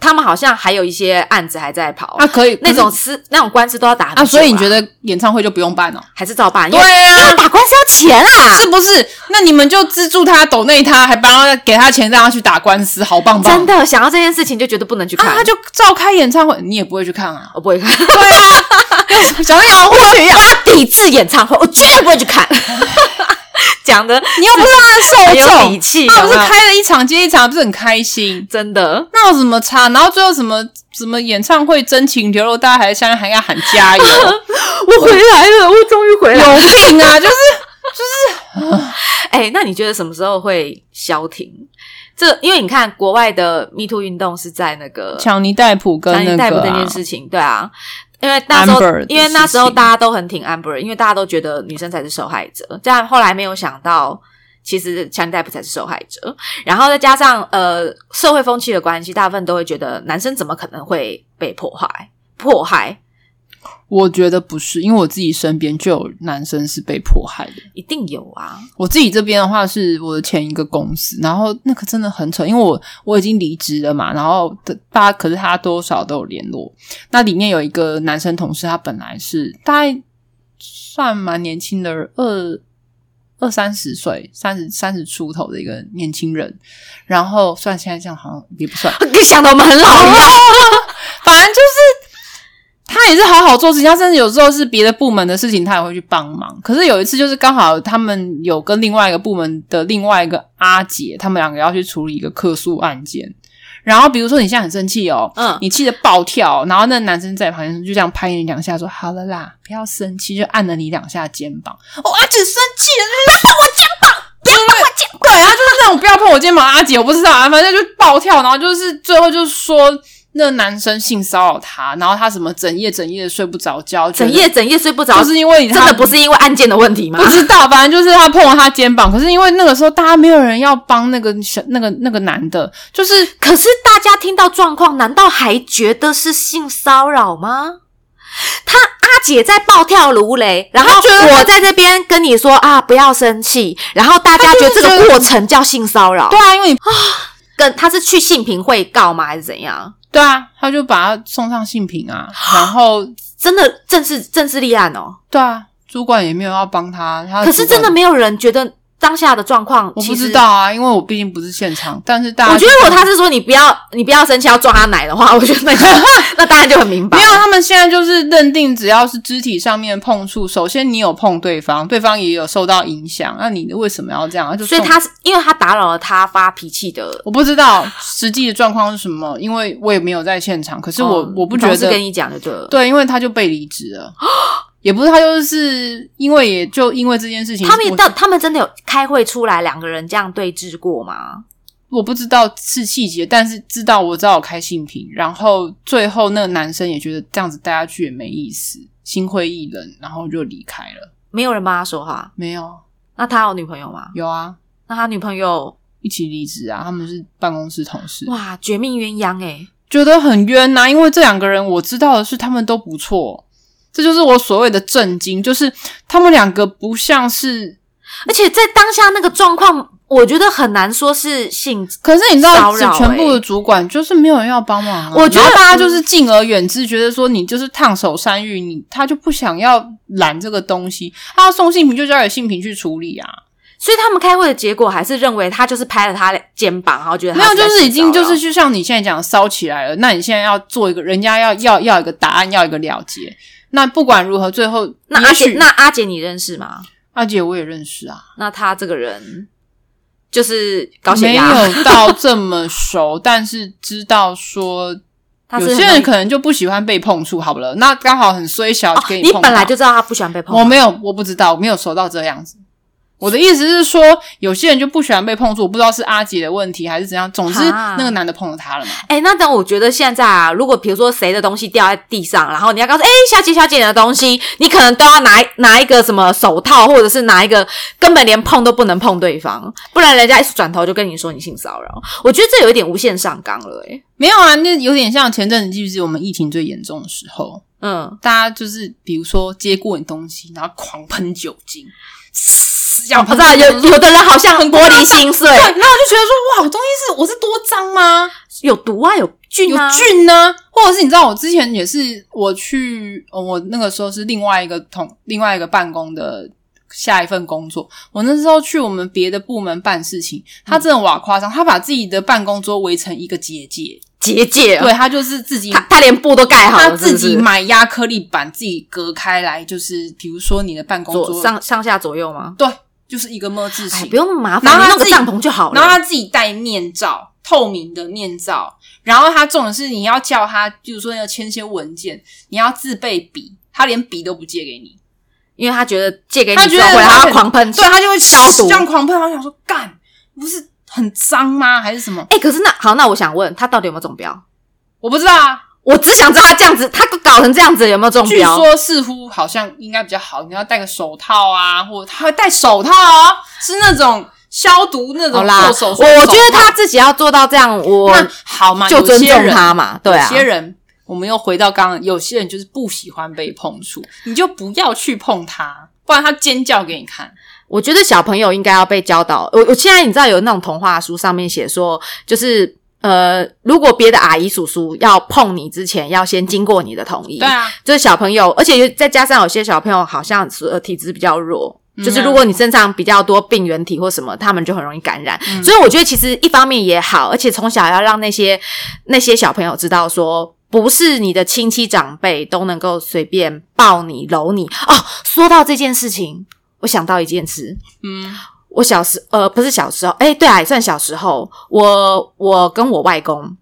[SPEAKER 1] 他们好像还有一些案子还在跑，
[SPEAKER 2] 啊，可以
[SPEAKER 1] 那种
[SPEAKER 2] 不是
[SPEAKER 1] 司那种官司都要打很久
[SPEAKER 2] 啊，所以你
[SPEAKER 1] 吧
[SPEAKER 2] 觉得演唱会就不用办了？
[SPEAKER 1] 还是照办？因
[SPEAKER 2] 对
[SPEAKER 1] 为因为
[SPEAKER 2] 啊，
[SPEAKER 1] 打官司要钱啊，
[SPEAKER 2] 是不是？那你们就资助他、抖内他，还帮他给他钱，让他去打官司，好棒棒！
[SPEAKER 1] 真的想要这件事情就觉得不能去看，
[SPEAKER 2] 啊，他就照开演唱会，你也不会去 看啊？
[SPEAKER 1] 我不会看，
[SPEAKER 2] 对啊，小朋友，
[SPEAKER 1] 我要抵制演唱会，我绝对不会去看。 讲的
[SPEAKER 2] 你又不是他
[SPEAKER 1] 很
[SPEAKER 2] 的受
[SPEAKER 1] 有
[SPEAKER 2] 众
[SPEAKER 1] 底，气，
[SPEAKER 2] 他
[SPEAKER 1] 有
[SPEAKER 2] 不
[SPEAKER 1] 没
[SPEAKER 2] 是
[SPEAKER 1] 有
[SPEAKER 2] 开了一场接一场，不是很开心？
[SPEAKER 1] 真的，
[SPEAKER 2] 那有什么差？然后最后什么什么演唱会真情流露，大家还在下面还要喊 加油，
[SPEAKER 1] 我回来 了，我终于回
[SPEAKER 2] 有
[SPEAKER 1] 了。
[SPEAKER 2] 病啊！就是
[SPEAKER 1] 哎、那你觉得什么时候会消停？这因为你看国外的 Me Too 运动是在那个
[SPEAKER 2] 强尼戴普跟
[SPEAKER 1] 强尼
[SPEAKER 2] 那
[SPEAKER 1] 戴普
[SPEAKER 2] 个、
[SPEAKER 1] 这
[SPEAKER 2] 啊
[SPEAKER 1] 件、事情，对啊，因为那时候
[SPEAKER 2] Amber 的
[SPEAKER 1] 因为那时候
[SPEAKER 2] 事情
[SPEAKER 1] 大家都很挺 Amber，因为大家都觉得女生才是受害者，但后来没有想到。其实强尼戴普才是受害者，然后再加上呃社会风气的关系，大部分都会觉得男生怎么可能会被迫害？迫害
[SPEAKER 2] 我觉得不是，因为我自己身边就有男生是被迫害的。
[SPEAKER 1] 一定有 啊，
[SPEAKER 2] 我自己这边的话，是我的前一个公司，然后那个真的很扯，因为我我已经离职了嘛，然后的大家可是他多少都有联络。那里面有一个男生同事，他本来是大概算蛮年轻的，二二三十岁，三十三十出头的一个年轻人，然后算现在这样好像也不算，
[SPEAKER 1] 想的我们很啊老一样。
[SPEAKER 2] 反正就是他也是好好做事情，他甚至有时候是别的部门的事情，他也会去帮忙。可是有一次，就是刚好他们有跟另外一个部门的另外一个阿姐，他们两个要去处理一个客诉案件。然后比如说你现在很生气哦，
[SPEAKER 1] 嗯
[SPEAKER 2] 你气得暴跳，然后那男生在旁边就这样拍你两下，说：“好了啦，不要生气。”就按了你两下肩膀。我阿姐生气了，不要碰我肩膀，不要碰我肩膀。 对，他就是那种不要碰我肩膀，阿姐我不知道，啊，反正就暴跳，然后就是最后就是说。那男生性骚扰她，然后她什么整夜整夜的睡不着觉，
[SPEAKER 1] 整
[SPEAKER 2] 觉
[SPEAKER 1] 夜整夜睡不
[SPEAKER 2] 得
[SPEAKER 1] 着，
[SPEAKER 2] 就是因为
[SPEAKER 1] 真
[SPEAKER 2] 她
[SPEAKER 1] 的不是因为案件的问题吗
[SPEAKER 2] 不？知道，反正就是他碰了她肩膀，可是因为那个时候大家没有人要帮那个小那个那个男的，就是
[SPEAKER 1] 可是大家听到状况，难道还觉得是性骚扰吗？他阿姐在暴跳如雷，然后
[SPEAKER 2] 他觉得
[SPEAKER 1] 我在这边跟你说啊，不要生气，然后大家觉得这
[SPEAKER 2] 他就
[SPEAKER 1] 个
[SPEAKER 2] 是
[SPEAKER 1] 过程叫性骚扰
[SPEAKER 2] 对，啊，因为你
[SPEAKER 1] 跟他是去性平会告吗，还是怎样？
[SPEAKER 2] 对啊，他就把他送上性 平啊，然后
[SPEAKER 1] 真的正式正式立案哦，
[SPEAKER 2] 对啊，主管也没有要帮他，他的
[SPEAKER 1] 可是
[SPEAKER 2] 主管
[SPEAKER 1] 真的没有人觉得当下的状况，
[SPEAKER 2] 我
[SPEAKER 1] 其
[SPEAKER 2] 不
[SPEAKER 1] 实
[SPEAKER 2] 知道啊，因为我毕竟不是现场，但是大家
[SPEAKER 1] 我觉得如果他是说你不要你不要生气要撞他奶的话，我觉得 那就那当然就很明白
[SPEAKER 2] 没有，他们现在就是认定，只要是肢体上面碰触，首先你有碰对方，对方也有受到影响，那你为什么要这样？那就
[SPEAKER 1] 所以
[SPEAKER 2] 送
[SPEAKER 1] 他是因为他打扰了他发脾气的，
[SPEAKER 2] 我不知道实际的状况是什么，因为我也没有在现场，可是我、
[SPEAKER 1] 嗯
[SPEAKER 2] 我不觉
[SPEAKER 1] 同事
[SPEAKER 2] 得
[SPEAKER 1] 跟你讲就对了。
[SPEAKER 2] 对，因为他就被离 职了，也不是他就是因为也就因为这件事情，
[SPEAKER 1] 他们也
[SPEAKER 2] 我
[SPEAKER 1] 到他们真的有开会出来两个人这样对峙过吗？
[SPEAKER 2] 我不知道是细节，但是知道我知道我开性平，然后最后那个男生也觉得这样子待下去也没意思，心灰意冷，然后就离开了。
[SPEAKER 1] 没有人帮他说话。
[SPEAKER 2] 没有，
[SPEAKER 1] 那他有女朋友吗？
[SPEAKER 2] 有啊，
[SPEAKER 1] 那他女朋友
[SPEAKER 2] 一起离职啊，他们是办公室同事，
[SPEAKER 1] 哇，绝命鸳鸯欸诶、
[SPEAKER 2] 觉得很冤呐、因为这两个人我知道的是他们都不错，这就是我所谓的震惊，就是他们两个不像是，
[SPEAKER 1] 而且在当下那个状况，我觉得很难说是性。
[SPEAKER 2] 可是你知道，
[SPEAKER 1] 骚
[SPEAKER 2] 只
[SPEAKER 1] 扰
[SPEAKER 2] 全部
[SPEAKER 1] 欸
[SPEAKER 2] 的主管就是没有人要帮忙、啊，
[SPEAKER 1] 我觉得
[SPEAKER 2] 然后大家就是敬而远之，觉得说你就是烫手山芋，你他就不想要揽这个东西，他要送性平就交给性平去处理啊，
[SPEAKER 1] 所以他们开会的结果还是认为他就是拍了他的肩膀，然后觉得他
[SPEAKER 2] 没有，
[SPEAKER 1] 在
[SPEAKER 2] 就是已经
[SPEAKER 1] 性骚
[SPEAKER 2] 就
[SPEAKER 1] 扰
[SPEAKER 2] 是就像你现在讲烧起来了，那你现在要做一个人家要要要一个答案，要一个了结。那不管如何，最后
[SPEAKER 1] 那
[SPEAKER 2] 也
[SPEAKER 1] 阿
[SPEAKER 2] 许
[SPEAKER 1] 姐，那阿姐你认识吗？
[SPEAKER 2] 阿姐我也认识啊，
[SPEAKER 1] 那他这个人就是高血
[SPEAKER 2] 没
[SPEAKER 1] 压，
[SPEAKER 2] 有到这么熟， 但是知道说
[SPEAKER 1] 他是
[SPEAKER 2] 有
[SPEAKER 1] 很
[SPEAKER 2] 些
[SPEAKER 1] 容
[SPEAKER 2] 人
[SPEAKER 1] 易
[SPEAKER 2] 可能就不喜欢被碰触，好不了，那刚好很衰小
[SPEAKER 1] 哦，
[SPEAKER 2] 给
[SPEAKER 1] 你
[SPEAKER 2] 碰到。
[SPEAKER 1] 本来就知道他不喜欢被碰到，
[SPEAKER 2] 我没有，我不知道，我没有熟到这样子。我的意思是说，有些人就不喜欢被碰触，我不知道是阿姐的问题还是怎样。总之，
[SPEAKER 1] 啊
[SPEAKER 2] 那个男的碰了她了嘛。
[SPEAKER 1] 哎、那等我觉得现在啊，如果比如说谁的东西掉在地上，然后你要告诉哎、小姐小姐你的东西，你可能都要拿拿一个什么手套，或者是拿一个根本连碰都不能碰对方，不然人家一转头就跟你说你性骚扰。我觉得这有一点无限上纲了、欸，
[SPEAKER 2] 没有啊，那有点像前阵子，记不记得我们疫情最严重的时候，
[SPEAKER 1] 嗯，
[SPEAKER 2] 大家就是比如说接过你东西，然后狂喷酒精，嘶要
[SPEAKER 1] 我
[SPEAKER 2] 喷
[SPEAKER 1] 知道有
[SPEAKER 2] 对，
[SPEAKER 1] 有的人好像很玻璃心碎，
[SPEAKER 2] 然后我就觉得说，哇，我东西是我是多脏吗？
[SPEAKER 1] 有毒啊，有
[SPEAKER 2] 有
[SPEAKER 1] 菌啊，
[SPEAKER 2] 菌呢、或者是你知道，我之前也是我去，呃我那个时候是另外一个同另外一个办公的下一份工作，我那时候去我们别的部门办事情，
[SPEAKER 1] 嗯
[SPEAKER 2] 他真的哇夸张，他把自己的办公桌围成一个结界，
[SPEAKER 1] 结界啊、
[SPEAKER 2] 对他就是自己
[SPEAKER 1] 他他连布都盖好了，
[SPEAKER 2] 他自己
[SPEAKER 1] 是不是
[SPEAKER 2] 买压克力板自己隔开来，就是比如说你的办公
[SPEAKER 1] 左
[SPEAKER 2] 桌
[SPEAKER 1] 上上下左右吗？
[SPEAKER 2] 对，就是一个么字
[SPEAKER 1] 哎，
[SPEAKER 2] 形
[SPEAKER 1] 不，用那么麻
[SPEAKER 2] 然
[SPEAKER 1] 烦，你
[SPEAKER 2] 后他
[SPEAKER 1] 弄个
[SPEAKER 2] 自己
[SPEAKER 1] 帐篷就好了。
[SPEAKER 2] 然后他自己戴面罩，透明的面罩。然后他重点是你要叫他，比如说要签些文件，你要自备笔，他连笔都不借给你，
[SPEAKER 1] 因为他觉得借给
[SPEAKER 2] 他
[SPEAKER 1] 你
[SPEAKER 2] 觉
[SPEAKER 1] 之
[SPEAKER 2] 得
[SPEAKER 1] 后回来
[SPEAKER 2] 他
[SPEAKER 1] 他
[SPEAKER 2] 很
[SPEAKER 1] 狂喷，
[SPEAKER 2] 对他就会
[SPEAKER 1] 消毒
[SPEAKER 2] 这样狂喷。然后想说，干，不是很脏吗？还是什么？
[SPEAKER 1] 哎、可是那好，那我想问他到底有没有中标？
[SPEAKER 2] 我不知道啊。
[SPEAKER 1] 我只想知道他这样子，他搞成这样子有没有中
[SPEAKER 2] 据
[SPEAKER 1] 标？
[SPEAKER 2] 说似乎好像应该比较好，你要戴个手套啊，或者他会戴手套啊，是那种消毒那种
[SPEAKER 1] 好啦，
[SPEAKER 2] 做手术的
[SPEAKER 1] 我我
[SPEAKER 2] 手
[SPEAKER 1] 觉得
[SPEAKER 2] 套
[SPEAKER 1] 他自己要做到这样，我
[SPEAKER 2] 那好嘛，
[SPEAKER 1] 就
[SPEAKER 2] 有
[SPEAKER 1] 尊
[SPEAKER 2] 些
[SPEAKER 1] 重
[SPEAKER 2] 人
[SPEAKER 1] 他嘛。对啊
[SPEAKER 2] 有，些人，我们又回到刚刚，有些人就是不喜欢被碰触，你就不要去碰他，不然他尖叫给你看。
[SPEAKER 1] 我觉得小朋友应该要被教导。我我现在你知道有那种童话书上面写说，就是呃，如果别的阿姨叔叔要碰你之前，要先经过你的同意。
[SPEAKER 2] 对啊，
[SPEAKER 1] 就是小朋友，而且又再加上有些小朋友好像是呃体质比较弱，
[SPEAKER 2] 嗯啊
[SPEAKER 1] 就是如果你身上比较多病原体或什么，他们就很容易感染。
[SPEAKER 2] 嗯
[SPEAKER 1] 所以我觉得其实一方面也好，而且从小要让那些那些小朋友知道说。不是你的亲戚长辈都能够随便抱你、揉你哦。说到这件事情，我想到一件事，
[SPEAKER 2] 嗯
[SPEAKER 1] 我小时呃不是小时候，哎、对啊，也算小时候。我我跟我外公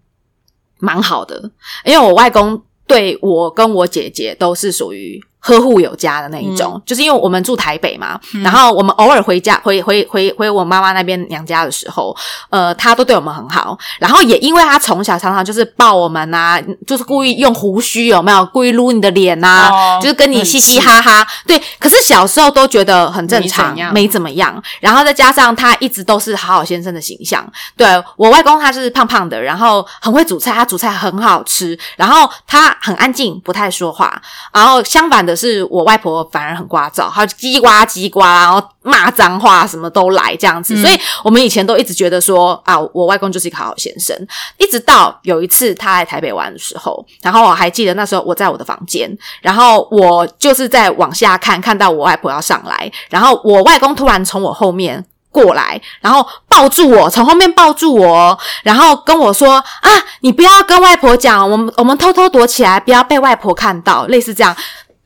[SPEAKER 1] 蛮好的，因为我外公对我跟我姐姐都是属于呵护有加的那一种，就是因为我们住台北嘛，然后我们偶尔回家回回回回我妈妈那边娘家的时候，呃，他都对我们很好。然后也因为他从小常常就是抱我们呐、就是故意用胡须有没有，故意撸你的脸啊呐、
[SPEAKER 2] 哦
[SPEAKER 1] 就是跟你嘻嘻哈哈。对，可是小时候都觉得很正
[SPEAKER 2] 没
[SPEAKER 1] 常
[SPEAKER 2] 怎，样
[SPEAKER 1] 没怎么样。然后再加上他一直都是好好先生的形象，对我外公他就是胖胖的，然后很会煮菜，他煮菜很好吃，然后他很安静，不太说话。然后相反的是，我外婆反而很聒噪，她叽呱叽呱，然后骂脏话什么都来这样子。
[SPEAKER 2] 嗯
[SPEAKER 1] 所以我们以前都一直觉得说啊，我外公就是一个好好先生。一直到有一次他来台北玩的时候，然后我还记得那时候我在我的房间，然后我就是在往下看，看到我外婆要上来，然后我外公突然从我后面。过来，然后抱住我，从后面抱住我哦，然后跟我说啊，你不要跟外婆讲，我们我们偷偷躲起来，不要被外婆看到，类似这样，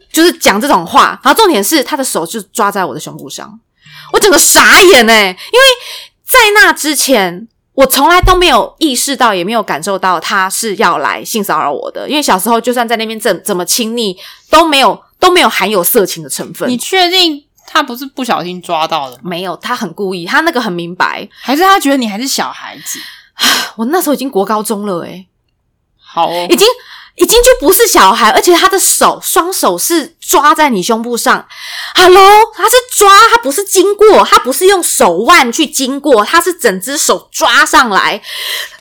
[SPEAKER 1] 就是讲这种话。然后重点是他的手就抓在我的胸部上，我整个傻眼哎、因为在那之前。我从来都没有意识到，也没有感受到他是要来性骚扰我的，因为小时候就算在那边怎怎么亲昵，都没有都没有含有色情的成分。
[SPEAKER 2] 你确定他不是不小心抓到的吗？
[SPEAKER 1] 没有，他很故意，他那个很明白。
[SPEAKER 2] 还是他觉得你还是小孩子？
[SPEAKER 1] 我那时候已经国高中了、欸，诶，
[SPEAKER 2] 好哦
[SPEAKER 1] 已，经已经就不是小孩，而且他的手双手是抓在你胸部上。Hello，他是抓，他不是经过，他不是用手腕去经过，他是整只手抓上来，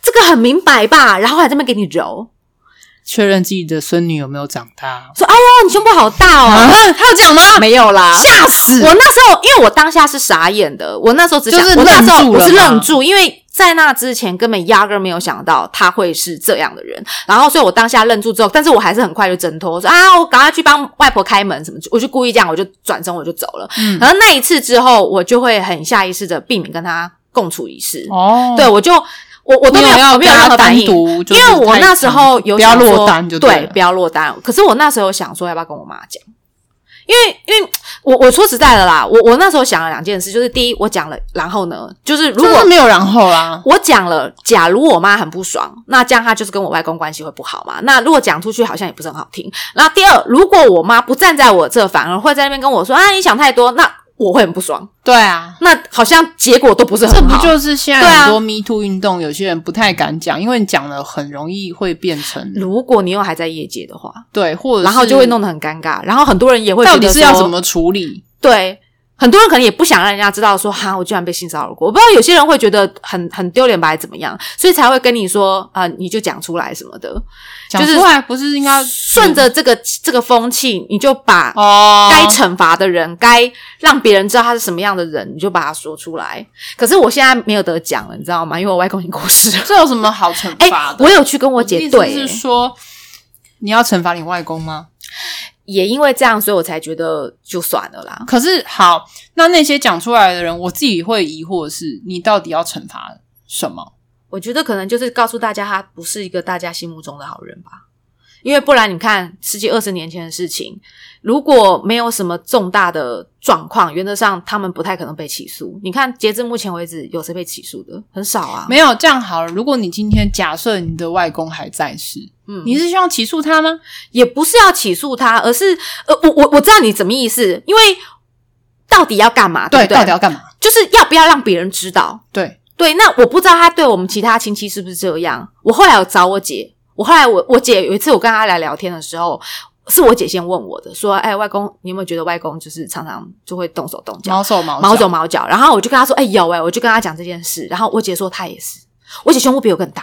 [SPEAKER 1] 这个很明白吧？然后还这么给你揉，
[SPEAKER 2] 确认自己的孙女有没有长大？
[SPEAKER 1] 说：“哎呦，你胸部好大哦。
[SPEAKER 2] 啊，他有讲吗？
[SPEAKER 1] 没有啦，
[SPEAKER 2] 吓死！
[SPEAKER 1] 我那时候，因为我当下是傻眼的，我那时候只想，
[SPEAKER 2] 就是
[SPEAKER 1] 我那时
[SPEAKER 2] 愣
[SPEAKER 1] 候
[SPEAKER 2] 住了
[SPEAKER 1] 我是
[SPEAKER 2] 吗
[SPEAKER 1] 愣住，因为在那之前根本压根儿没有想到他会是这样的人，然后所以我当下愣住之后，但是我还是很快就挣脱，我说啊，我赶快去帮外婆开门什么，我就故意这样，我就转身我就走了。
[SPEAKER 2] 嗯
[SPEAKER 1] 然后那一次之后，我就会很下意识的避免跟他共处一室，
[SPEAKER 2] 哦，
[SPEAKER 1] 对我就我我都
[SPEAKER 2] 你
[SPEAKER 1] 没
[SPEAKER 2] 有要
[SPEAKER 1] 我没有
[SPEAKER 2] 跟
[SPEAKER 1] 任
[SPEAKER 2] 他
[SPEAKER 1] 何反
[SPEAKER 2] 单
[SPEAKER 1] 应。
[SPEAKER 2] 独，就
[SPEAKER 1] 因
[SPEAKER 2] 是
[SPEAKER 1] 为我
[SPEAKER 2] 太
[SPEAKER 1] 那时候有
[SPEAKER 2] 不要
[SPEAKER 1] 想说
[SPEAKER 2] 落单就
[SPEAKER 1] 对，
[SPEAKER 2] 了
[SPEAKER 1] 不要落单。可是我那时候想说，要不要跟我妈讲？因为因为我我说实在的啦，我我那时候想了两件事，就是第一，我讲了，然后呢，就是如
[SPEAKER 2] 真
[SPEAKER 1] 果
[SPEAKER 2] 的没有然后啦。
[SPEAKER 1] 我讲了，假如我妈很不爽，那这样她就是跟我外公关系会不好嘛。那如果讲出去好像也不是很好听。那第二，如果我妈不站在我这，反而会在那边跟我说啊，你想太多，那我会很不爽。
[SPEAKER 2] 对啊，
[SPEAKER 1] 那好像结果都不是很
[SPEAKER 2] 这
[SPEAKER 1] 好。
[SPEAKER 2] 不就是现
[SPEAKER 1] 对
[SPEAKER 2] 在
[SPEAKER 1] 啊
[SPEAKER 2] 很多 Me Too 运动，有些人不太敢讲，因为你讲了很容易会变成
[SPEAKER 1] 如果你又还在业界的话，
[SPEAKER 2] 对，或者
[SPEAKER 1] 然后就会
[SPEAKER 2] 是
[SPEAKER 1] 弄得很尴尬，然后很多人也会觉
[SPEAKER 2] 到
[SPEAKER 1] 得
[SPEAKER 2] 底是要
[SPEAKER 1] 说
[SPEAKER 2] 怎么处理？
[SPEAKER 1] 对，很多人可能也不想让人家知道说，哈，我居然被性骚扰过。我不知道有些人会觉得很很丢脸吧，还是怎么样，所以才会跟你说啊、你就讲出来什么的，
[SPEAKER 2] 讲
[SPEAKER 1] 就是
[SPEAKER 2] 出来不是应该
[SPEAKER 1] 顺着这个这个风气，你就把
[SPEAKER 2] 哦
[SPEAKER 1] 该惩罚的人，该让别人知道他是什么样的人，你就把他说出来。可是我现在没有得讲了，你知道吗？因为我外公已经过世了。
[SPEAKER 2] 这有什么好惩
[SPEAKER 1] 哎、
[SPEAKER 2] 罚的？
[SPEAKER 1] 我有去跟我
[SPEAKER 2] 的
[SPEAKER 1] 姐
[SPEAKER 2] 意思
[SPEAKER 1] 对、
[SPEAKER 2] 是说你要惩罚你外公吗？
[SPEAKER 1] 也因为这样，所以我才觉得就算了啦。
[SPEAKER 2] 可是好，那那些讲出来的人，我自己会疑惑的是，你到底要惩罚什么？
[SPEAKER 1] 我觉得可能就是告诉大家，他不是一个大家心目中的好人吧。因为不然，你看十几二十年前的事情，如果没有什么重大的状况，原则上他们不太可能被起诉。你看，截至目前为止，有谁被起诉的？很少啊。
[SPEAKER 2] 没有这样好了。如果你今天假设你的外公还在世，
[SPEAKER 1] 嗯，
[SPEAKER 2] 你是希望起诉他吗？
[SPEAKER 1] 也不是要起诉他，而是呃，我我我知道你怎么意思，因为到底要干嘛？对不对，
[SPEAKER 2] 到底要干嘛？
[SPEAKER 1] 就是要不要让别人知道？
[SPEAKER 2] 对，
[SPEAKER 1] 对，那我不知道他对我们其他亲戚是不是这样。我后来有找我姐，我后来我我姐有一次我跟她来聊天的时候，是我姐先问我的，说：“哎、外公，你有没有觉得外公就是常常就会动手动脚？”
[SPEAKER 2] 毛手毛
[SPEAKER 1] 毛手
[SPEAKER 2] 脚，
[SPEAKER 1] 毛脚。然后我就跟他说：“哎、有哎、我就跟他讲这件事。”然后我姐说她也是，我姐胸部比我更大，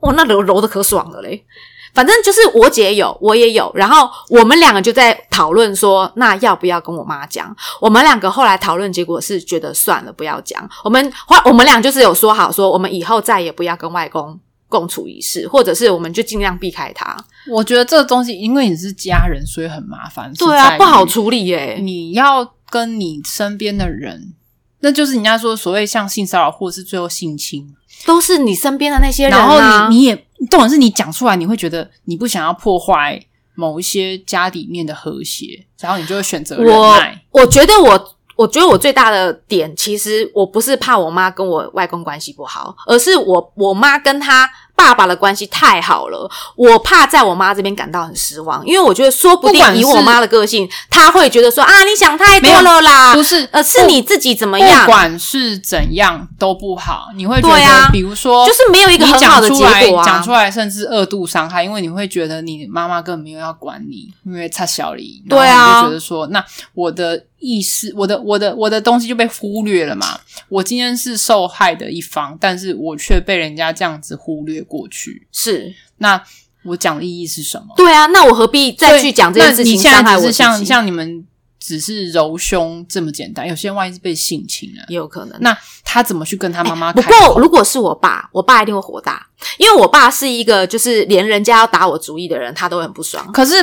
[SPEAKER 1] 我那揉揉的可爽了嘞。反正就是我姐有，我也有，然后我们两个就在讨论说，那要不要跟我妈讲？我们两个后来讨论，结果是觉得算了，不要讲。我们后我们俩就是有说好，说我们以后再也不要跟外公共处一室，或者是我们就尽量避开他。
[SPEAKER 2] 我觉得这个东西，因为你是家人，所以很麻烦。
[SPEAKER 1] 对
[SPEAKER 2] 是
[SPEAKER 1] 啊
[SPEAKER 2] 在，于嗯
[SPEAKER 1] 不好处理耶、
[SPEAKER 2] 你要跟你身边的人，那就是人家说所谓像性骚扰，或是最后性侵，
[SPEAKER 1] 都是你身边的那些人、啊。
[SPEAKER 2] 然后你你也，重点是你讲出来，你会觉得你不想要破坏某一些家里面的和谐，然后你就会选择忍
[SPEAKER 1] 我
[SPEAKER 2] 耐。
[SPEAKER 1] 我觉得我，我觉得我最大的点，其实我不是怕我妈跟我外公关系不好，而是我我妈跟她爸爸的关系太好了，我怕在我妈这边感到很失望，因为我觉得说不
[SPEAKER 2] 不
[SPEAKER 1] 定
[SPEAKER 2] 管
[SPEAKER 1] 以
[SPEAKER 2] 是
[SPEAKER 1] 我妈的个性，她会觉得说啊，你想太
[SPEAKER 2] 没
[SPEAKER 1] 多
[SPEAKER 2] 有
[SPEAKER 1] 了啦，
[SPEAKER 2] 不是，
[SPEAKER 1] 呃，是
[SPEAKER 2] 不
[SPEAKER 1] 你自己怎么
[SPEAKER 2] 不
[SPEAKER 1] 样，
[SPEAKER 2] 管是怎样都不好，你会觉
[SPEAKER 1] 对啊
[SPEAKER 2] 得，比如说，
[SPEAKER 1] 就是没有一个
[SPEAKER 2] 你
[SPEAKER 1] 很好
[SPEAKER 2] 讲
[SPEAKER 1] 的
[SPEAKER 2] 出
[SPEAKER 1] 结
[SPEAKER 2] 来，
[SPEAKER 1] 果
[SPEAKER 2] 讲
[SPEAKER 1] 啊
[SPEAKER 2] 出。来甚至二度伤害，因为你会觉得你妈妈根本没有要管你，因为差小离，然后
[SPEAKER 1] 对啊
[SPEAKER 2] 你就觉得说，那我的意识，我的我的我的东西就被忽略了嘛。我今天是受害的一方，但是我却被人家这样子忽略过去，
[SPEAKER 1] 是
[SPEAKER 2] 那我讲的意义是什么？
[SPEAKER 1] 对啊，那我何必再
[SPEAKER 2] 所以
[SPEAKER 1] 去讲这件事
[SPEAKER 2] 那
[SPEAKER 1] 情
[SPEAKER 2] 你现
[SPEAKER 1] 伤害
[SPEAKER 2] 在
[SPEAKER 1] 我
[SPEAKER 2] 只
[SPEAKER 1] 自
[SPEAKER 2] 是
[SPEAKER 1] 己？
[SPEAKER 2] 像像你们只是揉胸这么简单，有些人万一是被性侵啊，
[SPEAKER 1] 也有可能。
[SPEAKER 2] 那他怎么去跟他妈妈
[SPEAKER 1] 哎不
[SPEAKER 2] 啊开口？
[SPEAKER 1] 过，如果是我爸，我爸一定会火大，因为我爸是一个就是连 人家要打我主意的人，他都会很不爽。
[SPEAKER 2] 可是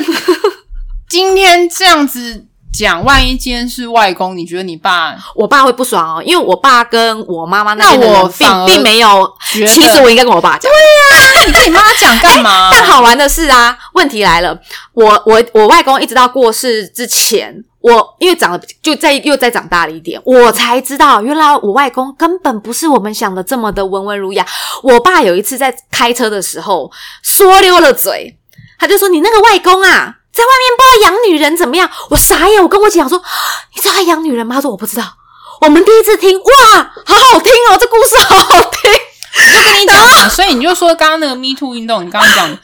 [SPEAKER 2] 今天这样子讲，万一今天是外公，你觉得你爸
[SPEAKER 1] 我爸会不爽哦，因为我爸跟我妈妈边的
[SPEAKER 2] 那我
[SPEAKER 1] 人
[SPEAKER 2] 反而
[SPEAKER 1] 并并没有。
[SPEAKER 2] 觉得？
[SPEAKER 1] 其实我应该跟我爸讲，
[SPEAKER 2] 那你跟你妈讲干 嘛？
[SPEAKER 1] 但好玩的是啊，问题来了，我我我外公一直到过世之前，我因为长得就再又再长大了一点，我才知道原来我外公根本不是我们想的这么的温文儒雅。我爸有一次在开车的时候说溜了嘴，他就说：“你那个外公啊，在外面不知道养女人怎么样。”我傻眼，我跟我姐讲说：“你知道他养女人吗？”他说：“我不知道。”我们第一次听，哇，好好听哦，这故事好好听。
[SPEAKER 2] 跟你讲，所以你就说刚刚那个 Me Too 运动，你刚刚讲，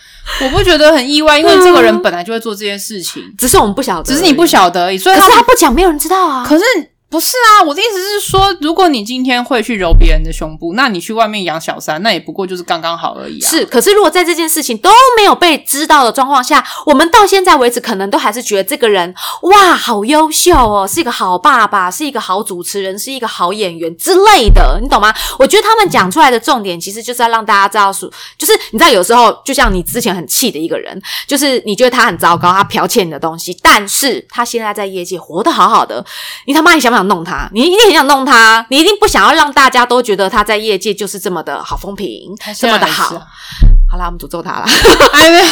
[SPEAKER 2] 我不觉得很意外，因为这个人本来就会做这件事情，
[SPEAKER 1] 只是我们不晓得，
[SPEAKER 2] 只是你不，晓得而已。所以
[SPEAKER 1] 可是
[SPEAKER 2] 他
[SPEAKER 1] 他不讲，没有人知道啊。
[SPEAKER 2] 可是不是啊？我的意思是说，如果你今天会去揉别人的胸部，那你去外面养小三，那也不过就是刚刚好而已啊。
[SPEAKER 1] 是，可是如果在这件事情都没有被知道的状况下，我们到现在为止，可能都还是觉得这个人哇，好优秀哦，是一个好爸爸，是一个好主持人，是一个好演员之类的，你懂吗？我觉得他们讲出来的重点，其实就是要让大家知道，说，就是你知道，有时候就像你之前很气的一个人，就是你觉得他很糟糕，他剽窃你的东西，但是他现在在业界活得好好的，你他妈你想不想弄他？你一定很想弄他，你一定不想要让大家都觉得他在业界就是这么的好风评
[SPEAKER 2] 他，
[SPEAKER 1] 这
[SPEAKER 2] 现
[SPEAKER 1] 么
[SPEAKER 2] 在
[SPEAKER 1] 的
[SPEAKER 2] 还是
[SPEAKER 1] 好。
[SPEAKER 2] 啊，
[SPEAKER 1] 好啦，我们诅咒他啦，
[SPEAKER 2] 哎没有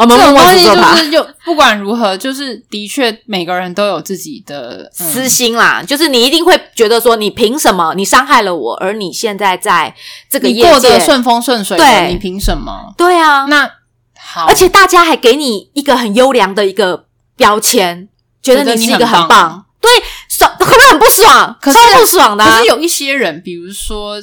[SPEAKER 1] 我们
[SPEAKER 2] 这
[SPEAKER 1] 默
[SPEAKER 2] 种
[SPEAKER 1] 默
[SPEAKER 2] 东
[SPEAKER 1] 诅
[SPEAKER 2] 西
[SPEAKER 1] 咒
[SPEAKER 2] 就
[SPEAKER 1] 他。
[SPEAKER 2] 是就不管如何，就是的确每个人都有自己的、嗯
[SPEAKER 1] 私心啦，就是你一定会觉得说，你凭什么你伤害了我，而你现在在这个
[SPEAKER 2] 你
[SPEAKER 1] 业
[SPEAKER 2] 过
[SPEAKER 1] 界
[SPEAKER 2] 得，顺风顺水的，
[SPEAKER 1] 对
[SPEAKER 2] 你凭什么？
[SPEAKER 1] 对啊，
[SPEAKER 2] 那好，
[SPEAKER 1] 而且大家还给你一个很优良的一个标签，觉
[SPEAKER 2] 觉得
[SPEAKER 1] 你
[SPEAKER 2] 你
[SPEAKER 1] 是一个
[SPEAKER 2] 很
[SPEAKER 1] 很
[SPEAKER 2] 棒
[SPEAKER 1] 棒，对，爽会不会很不爽？
[SPEAKER 2] 可是
[SPEAKER 1] 超不爽的啊、
[SPEAKER 2] 可是有一些人，比如说，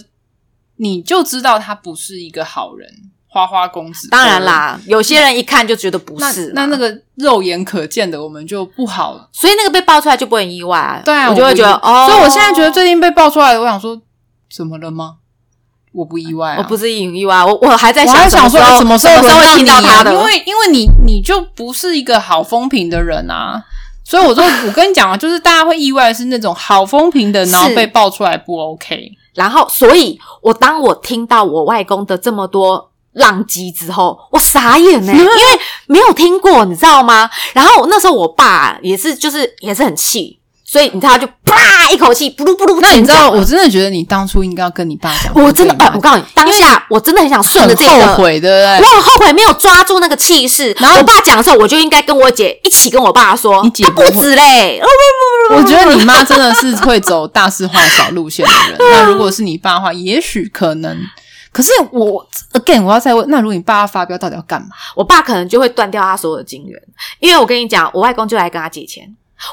[SPEAKER 2] 你就知道他不是一个好人，花花公子。
[SPEAKER 1] 当然，啦，有些人一看就觉得不
[SPEAKER 2] 那
[SPEAKER 1] 是啊啦
[SPEAKER 2] 那那个肉眼可见的，我们就不好。
[SPEAKER 1] 所以那个被爆出来就不会很意外啊。
[SPEAKER 2] 对啊，
[SPEAKER 1] 我就会
[SPEAKER 2] 不
[SPEAKER 1] 觉得
[SPEAKER 2] 意
[SPEAKER 1] 哦，
[SPEAKER 2] 所以我现在觉得最近被爆出来的，我想说，怎么了吗？我不意外、啊，
[SPEAKER 1] 我不是很意外，我我还在
[SPEAKER 2] 我还
[SPEAKER 1] 想
[SPEAKER 2] 想说
[SPEAKER 1] 什么时候
[SPEAKER 2] 什么时
[SPEAKER 1] 什么时候
[SPEAKER 2] 轮
[SPEAKER 1] 会听
[SPEAKER 2] 你啊
[SPEAKER 1] 到他的，
[SPEAKER 2] 因为因为你你就不是一个好风评的人啊。所以 我就我跟你讲啊，就是大家会意外的是那种好风评的，然后
[SPEAKER 1] 是
[SPEAKER 2] 被爆出来不 OK。
[SPEAKER 1] 然后，所以我当我听到我外公的这么多浪迹之后，我傻眼欸 呢、因为没有听过，你知道吗？然后那时候我爸也是，就是也是很气，所以你知道他就啪一口气，不噜不噜。
[SPEAKER 2] 那你知道，我真的觉得你当初应该要跟你爸讲，
[SPEAKER 1] 我真的，
[SPEAKER 2] 跟
[SPEAKER 1] 哎、
[SPEAKER 2] 你
[SPEAKER 1] 我
[SPEAKER 2] 妈
[SPEAKER 1] 告诉你，当下我真的很想顺着
[SPEAKER 2] 很
[SPEAKER 1] 这个，
[SPEAKER 2] 后悔的、
[SPEAKER 1] 我
[SPEAKER 2] 欸。
[SPEAKER 1] 很后悔没有抓住那个气势。
[SPEAKER 2] 然后
[SPEAKER 1] 我爸讲的时候，我就应该跟我姐一起跟我爸说
[SPEAKER 2] 你，姐
[SPEAKER 1] 他不
[SPEAKER 2] 不会
[SPEAKER 1] 止嘞，哦
[SPEAKER 2] 我觉得你妈真的是会走大事化小路线的 人。那如果是你爸的话，也许可能。可是我 again，我要再问，那如果你爸要发飙，到底要干嘛？
[SPEAKER 1] 我爸可能就会断掉他所有的金源，因为我跟你讲，我外公就来跟他借钱。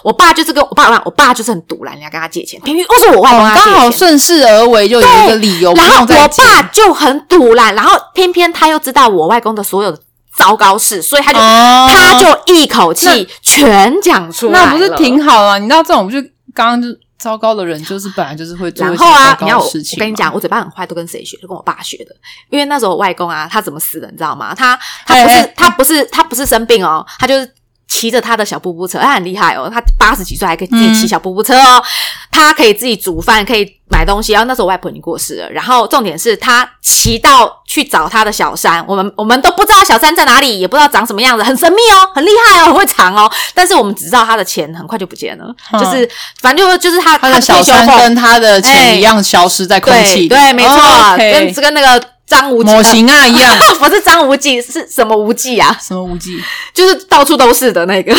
[SPEAKER 1] 我爸就是跟我爸，我爸就是很堵然，人家跟他借钱，偏偏又是我外公跟他
[SPEAKER 2] 刚好
[SPEAKER 1] 借钱。
[SPEAKER 2] 顺势而为，就有一个理由，不
[SPEAKER 1] 然后
[SPEAKER 2] 用再
[SPEAKER 1] 我
[SPEAKER 2] 讲
[SPEAKER 1] 爸就很堵然，然后偏偏他又知道我外公的所有的糟糕事，所以他就、
[SPEAKER 2] 哦
[SPEAKER 1] 他就一口气全讲出来
[SPEAKER 2] 那不是
[SPEAKER 1] 了
[SPEAKER 2] 挺好啊？你知道这种不就刚刚就糟糕的人，就是本来就是会做一
[SPEAKER 1] 然
[SPEAKER 2] 些
[SPEAKER 1] 后啊
[SPEAKER 2] 糟，
[SPEAKER 1] 你要
[SPEAKER 2] 糕
[SPEAKER 1] 我
[SPEAKER 2] 的事
[SPEAKER 1] 我
[SPEAKER 2] 情。
[SPEAKER 1] 跟你讲，，我嘴巴很坏，都跟谁学？都跟我爸学的。因为那时候我外公啊，他怎么死的，你知道吗？他他
[SPEAKER 2] 哎
[SPEAKER 1] 不是
[SPEAKER 2] 哎
[SPEAKER 1] 他不是他不是生病哦，他就是骑着他的小布布车，他很厉害哦，他八十几岁还可以自己
[SPEAKER 2] 嗯
[SPEAKER 1] 骑小布布车哦，他可以自己煮饭，可以买东西。然后那时候我外婆已经过世了，然后重点是他骑到去找他的小三，我们我们都不知道小三在哪里，也不知道长什么样子，很神秘哦，很厉害哦，很会藏哦，但是我们只知道他的钱很快就不见了，
[SPEAKER 2] 嗯
[SPEAKER 1] 就是反正就就是他
[SPEAKER 2] 他的小
[SPEAKER 1] 退休
[SPEAKER 2] 三
[SPEAKER 1] 后哎
[SPEAKER 2] 跟他的钱一样消失在空气里，
[SPEAKER 1] 对对，没错，
[SPEAKER 2] 哦，OK
[SPEAKER 1] 跟跟那个张无忌
[SPEAKER 2] 模型啊一样，
[SPEAKER 1] 呃 不是张无忌是什么无忌啊？
[SPEAKER 2] 什么无忌，
[SPEAKER 1] 就是到处都是的那个，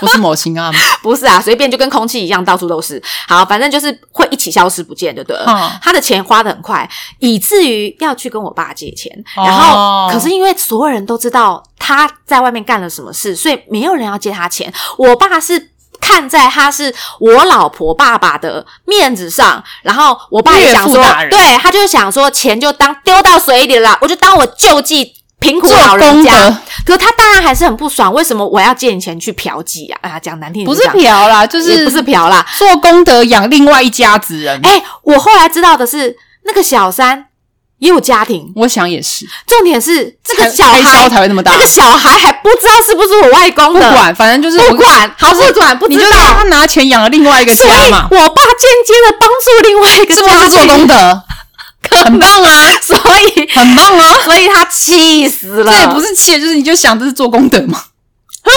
[SPEAKER 2] 不是模 型啊吗？
[SPEAKER 1] 不是啊，随便就跟空气一样，到处都是。好，反正就是会一起消失不见，就对了。
[SPEAKER 2] 嗯
[SPEAKER 1] 他的钱花的很快，以至于要去跟我爸借钱。
[SPEAKER 2] 哦
[SPEAKER 1] 然后，可是因为所有人都知道他在外面干了什么事，所以没有人要借他钱。我爸是。看在他是我老婆爸爸的面子上，然后我爸也想说
[SPEAKER 2] 岳父大，人
[SPEAKER 1] 对他就想说钱就当丢到水里了啦，我就当我救济贫苦
[SPEAKER 2] 做
[SPEAKER 1] 老人
[SPEAKER 2] 功
[SPEAKER 1] 家。
[SPEAKER 2] 德
[SPEAKER 1] 可是他当然还是很不爽，为什么我要借你钱去嫖妓啊？啊，讲难听点
[SPEAKER 2] 不
[SPEAKER 1] 就是这样，
[SPEAKER 2] 嫖啦，就
[SPEAKER 1] 也
[SPEAKER 2] 是
[SPEAKER 1] 不是嫖啦。
[SPEAKER 2] 做功德养另外一家子人。
[SPEAKER 1] 哎、我后来知道的是，那个小三也有家庭，
[SPEAKER 2] 我想也是，
[SPEAKER 1] 重点是这个
[SPEAKER 2] 开
[SPEAKER 1] 小
[SPEAKER 2] 开销
[SPEAKER 1] 孩，
[SPEAKER 2] 才会那么大
[SPEAKER 1] 这。个小孩还不知道是不是我外公
[SPEAKER 2] 不
[SPEAKER 1] 的，
[SPEAKER 2] 管，反正就是
[SPEAKER 1] 不管，好
[SPEAKER 2] 就是
[SPEAKER 1] 不管不
[SPEAKER 2] 你
[SPEAKER 1] 知
[SPEAKER 2] 就让
[SPEAKER 1] 道
[SPEAKER 2] 他。拿钱养了另外一个
[SPEAKER 1] 所以
[SPEAKER 2] 家嘛，
[SPEAKER 1] 我爸间接的帮助另外一个
[SPEAKER 2] 是不是
[SPEAKER 1] 家
[SPEAKER 2] 做
[SPEAKER 1] 庭，
[SPEAKER 2] 功德？很棒啊，
[SPEAKER 1] 所以
[SPEAKER 2] 很棒啊！
[SPEAKER 1] 所以他气死了。啊
[SPEAKER 2] 这也不是气，就是你就想这是做功德嘛，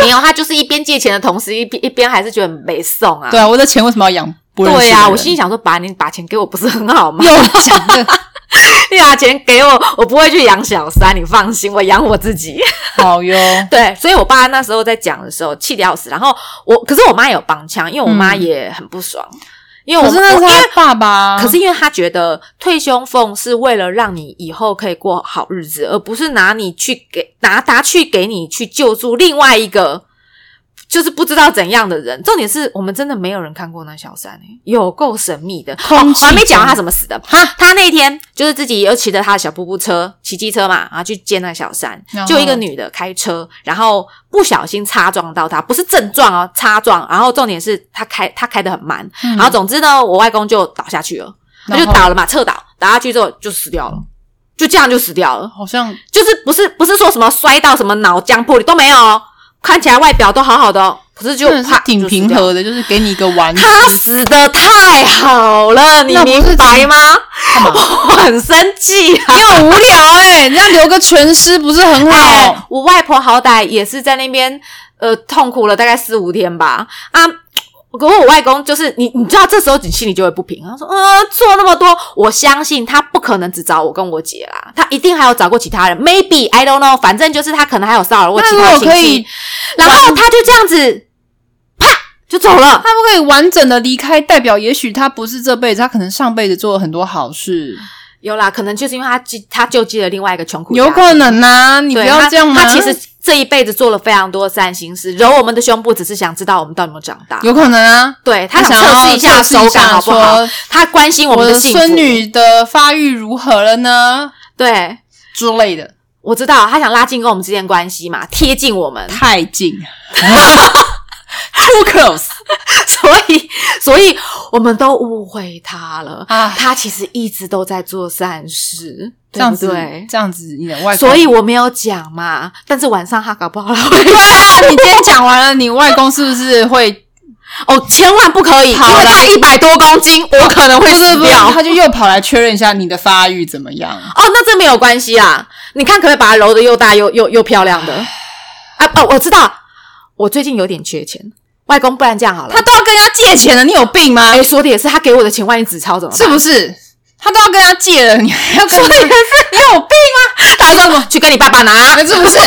[SPEAKER 1] 没有，他就是一边借钱的同时，一边一边还是觉得没送啊。
[SPEAKER 2] 对啊，我的钱为什么要养不认识的
[SPEAKER 1] 对
[SPEAKER 2] 人？
[SPEAKER 1] 呀、我心里想说，把你把钱给我不是很好吗？
[SPEAKER 2] 又讲的
[SPEAKER 1] 你把啊钱给我，我不会去养小三，你放心，我养我自己。
[SPEAKER 2] 好哟，
[SPEAKER 1] 对，所以我爸那时候在讲的时候气得要死，然后我可是我妈也有帮腔，因为我妈
[SPEAKER 2] 嗯
[SPEAKER 1] 也很不爽，因为我
[SPEAKER 2] 可是那
[SPEAKER 1] 我
[SPEAKER 2] 是
[SPEAKER 1] 因为
[SPEAKER 2] 他爸爸，
[SPEAKER 1] 可是因为他觉得退休俸是为了让你以后可以过好日子，而不是拿你去给拿拿去给你去救助另外一个就是不知道怎样的人。重点是我们真的没有人看过那小三、欸，有够神秘的。哦
[SPEAKER 2] 空气
[SPEAKER 1] 我还没讲
[SPEAKER 2] 中
[SPEAKER 1] 到他怎么死的。哈，他那天就是自己又骑着他的小布布车，骑机车嘛，然后去接那小三
[SPEAKER 2] 然，后
[SPEAKER 1] 就一个女的开车，然后不小心擦撞到他，不是正撞哦，擦撞。然后重点是他开他开得很慢，
[SPEAKER 2] 嗯
[SPEAKER 1] 然后总之呢，我外公就倒下去了，他就
[SPEAKER 2] 然后
[SPEAKER 1] 倒了嘛，侧倒，倒下去之后就死掉了，就这样就死掉了，
[SPEAKER 2] 好像
[SPEAKER 1] 就是不是不是说什么摔到什么脑浆破裂都没有哦，看起来外表都好好的哦，可是就
[SPEAKER 2] 真的是
[SPEAKER 1] 啪
[SPEAKER 2] 挺平。
[SPEAKER 1] 就死掉了
[SPEAKER 2] 和的，就是给你一个 玩具，
[SPEAKER 1] 他死的太好了，你
[SPEAKER 2] 那不是
[SPEAKER 1] 明白吗？
[SPEAKER 2] 干嘛
[SPEAKER 1] 我很生气啊！
[SPEAKER 2] 你好无聊哎、你这样留个全尸不是 很
[SPEAKER 1] 哎
[SPEAKER 2] 好？，
[SPEAKER 1] 我外婆好歹也是在那边呃痛苦了大概四五天吧啊。可我外公就是你，你知道这时候你心里就会不平，他说：“嗯，做那么多，我相信他不可能只找我跟我姐啦，他一定还有找过其他人，maybe I don't know，反正就是他可能还有骚扰过
[SPEAKER 2] 那
[SPEAKER 1] 其
[SPEAKER 2] 如
[SPEAKER 1] 他
[SPEAKER 2] 果
[SPEAKER 1] 亲
[SPEAKER 2] 可以
[SPEAKER 1] 戚。”然后他就这样子，啪就走了。
[SPEAKER 2] 他不可以完整的离开，代表也许他不是这辈子，他可能上辈子做了很多好事，
[SPEAKER 1] 有啦，可能就是因为他记他救济了另外一个穷苦家
[SPEAKER 2] 有
[SPEAKER 1] 庭，
[SPEAKER 2] 可能呐、你不
[SPEAKER 1] 对
[SPEAKER 2] 要
[SPEAKER 1] 他
[SPEAKER 2] 这样嘛。
[SPEAKER 1] 他其实这一辈子做了非常多善心事，揉我们的胸部，只是想知道我们到底有没有长大。
[SPEAKER 2] 有可能啊，
[SPEAKER 1] 对他
[SPEAKER 2] 想
[SPEAKER 1] 想
[SPEAKER 2] 要
[SPEAKER 1] 测试一下
[SPEAKER 2] 测试
[SPEAKER 1] 手
[SPEAKER 2] 一下
[SPEAKER 1] 感好不好
[SPEAKER 2] 说？
[SPEAKER 1] 他关心我
[SPEAKER 2] 我
[SPEAKER 1] 们
[SPEAKER 2] 的
[SPEAKER 1] 幸福。
[SPEAKER 2] 孙，女的发育如何了呢
[SPEAKER 1] 对
[SPEAKER 2] 之类的，
[SPEAKER 1] 我知道，他想拉近跟我们之间的关系嘛，贴近我们。
[SPEAKER 2] 太近，too close
[SPEAKER 1] 所以，所以我们都误会他了。
[SPEAKER 2] 啊，
[SPEAKER 1] 他其实一直都在做善事，
[SPEAKER 2] 这样子，
[SPEAKER 1] 对不对？
[SPEAKER 2] 这样子，你的外公，
[SPEAKER 1] 所以我没有讲嘛，但是晚上他搞不好会
[SPEAKER 2] 对啊，你今天讲完了，你外公是不是会
[SPEAKER 1] 哦，千万不可以，因
[SPEAKER 2] 好
[SPEAKER 1] 为
[SPEAKER 2] 来
[SPEAKER 1] 他一百多公斤，我可能会
[SPEAKER 2] 不是
[SPEAKER 1] 死
[SPEAKER 2] 不是，
[SPEAKER 1] 掉。
[SPEAKER 2] 他就又跑来确认一下你的发育怎么样？
[SPEAKER 1] 哦，那这没有关系啦。你看，可不可以把它揉的又大又又又漂亮的？啊哦，我知道，我最近有点缺钱，外公，不然这样好了。
[SPEAKER 2] 他都要跟人家借钱了，你有病吗？
[SPEAKER 1] 哎，说的也是，他给我的钱万一纸钞怎么办？
[SPEAKER 2] 是不是？他都要跟人家借了，你还要跟我
[SPEAKER 1] 说的也
[SPEAKER 2] 你有病吗？
[SPEAKER 1] 他说什么？去跟你爸爸拿。
[SPEAKER 2] 是不是？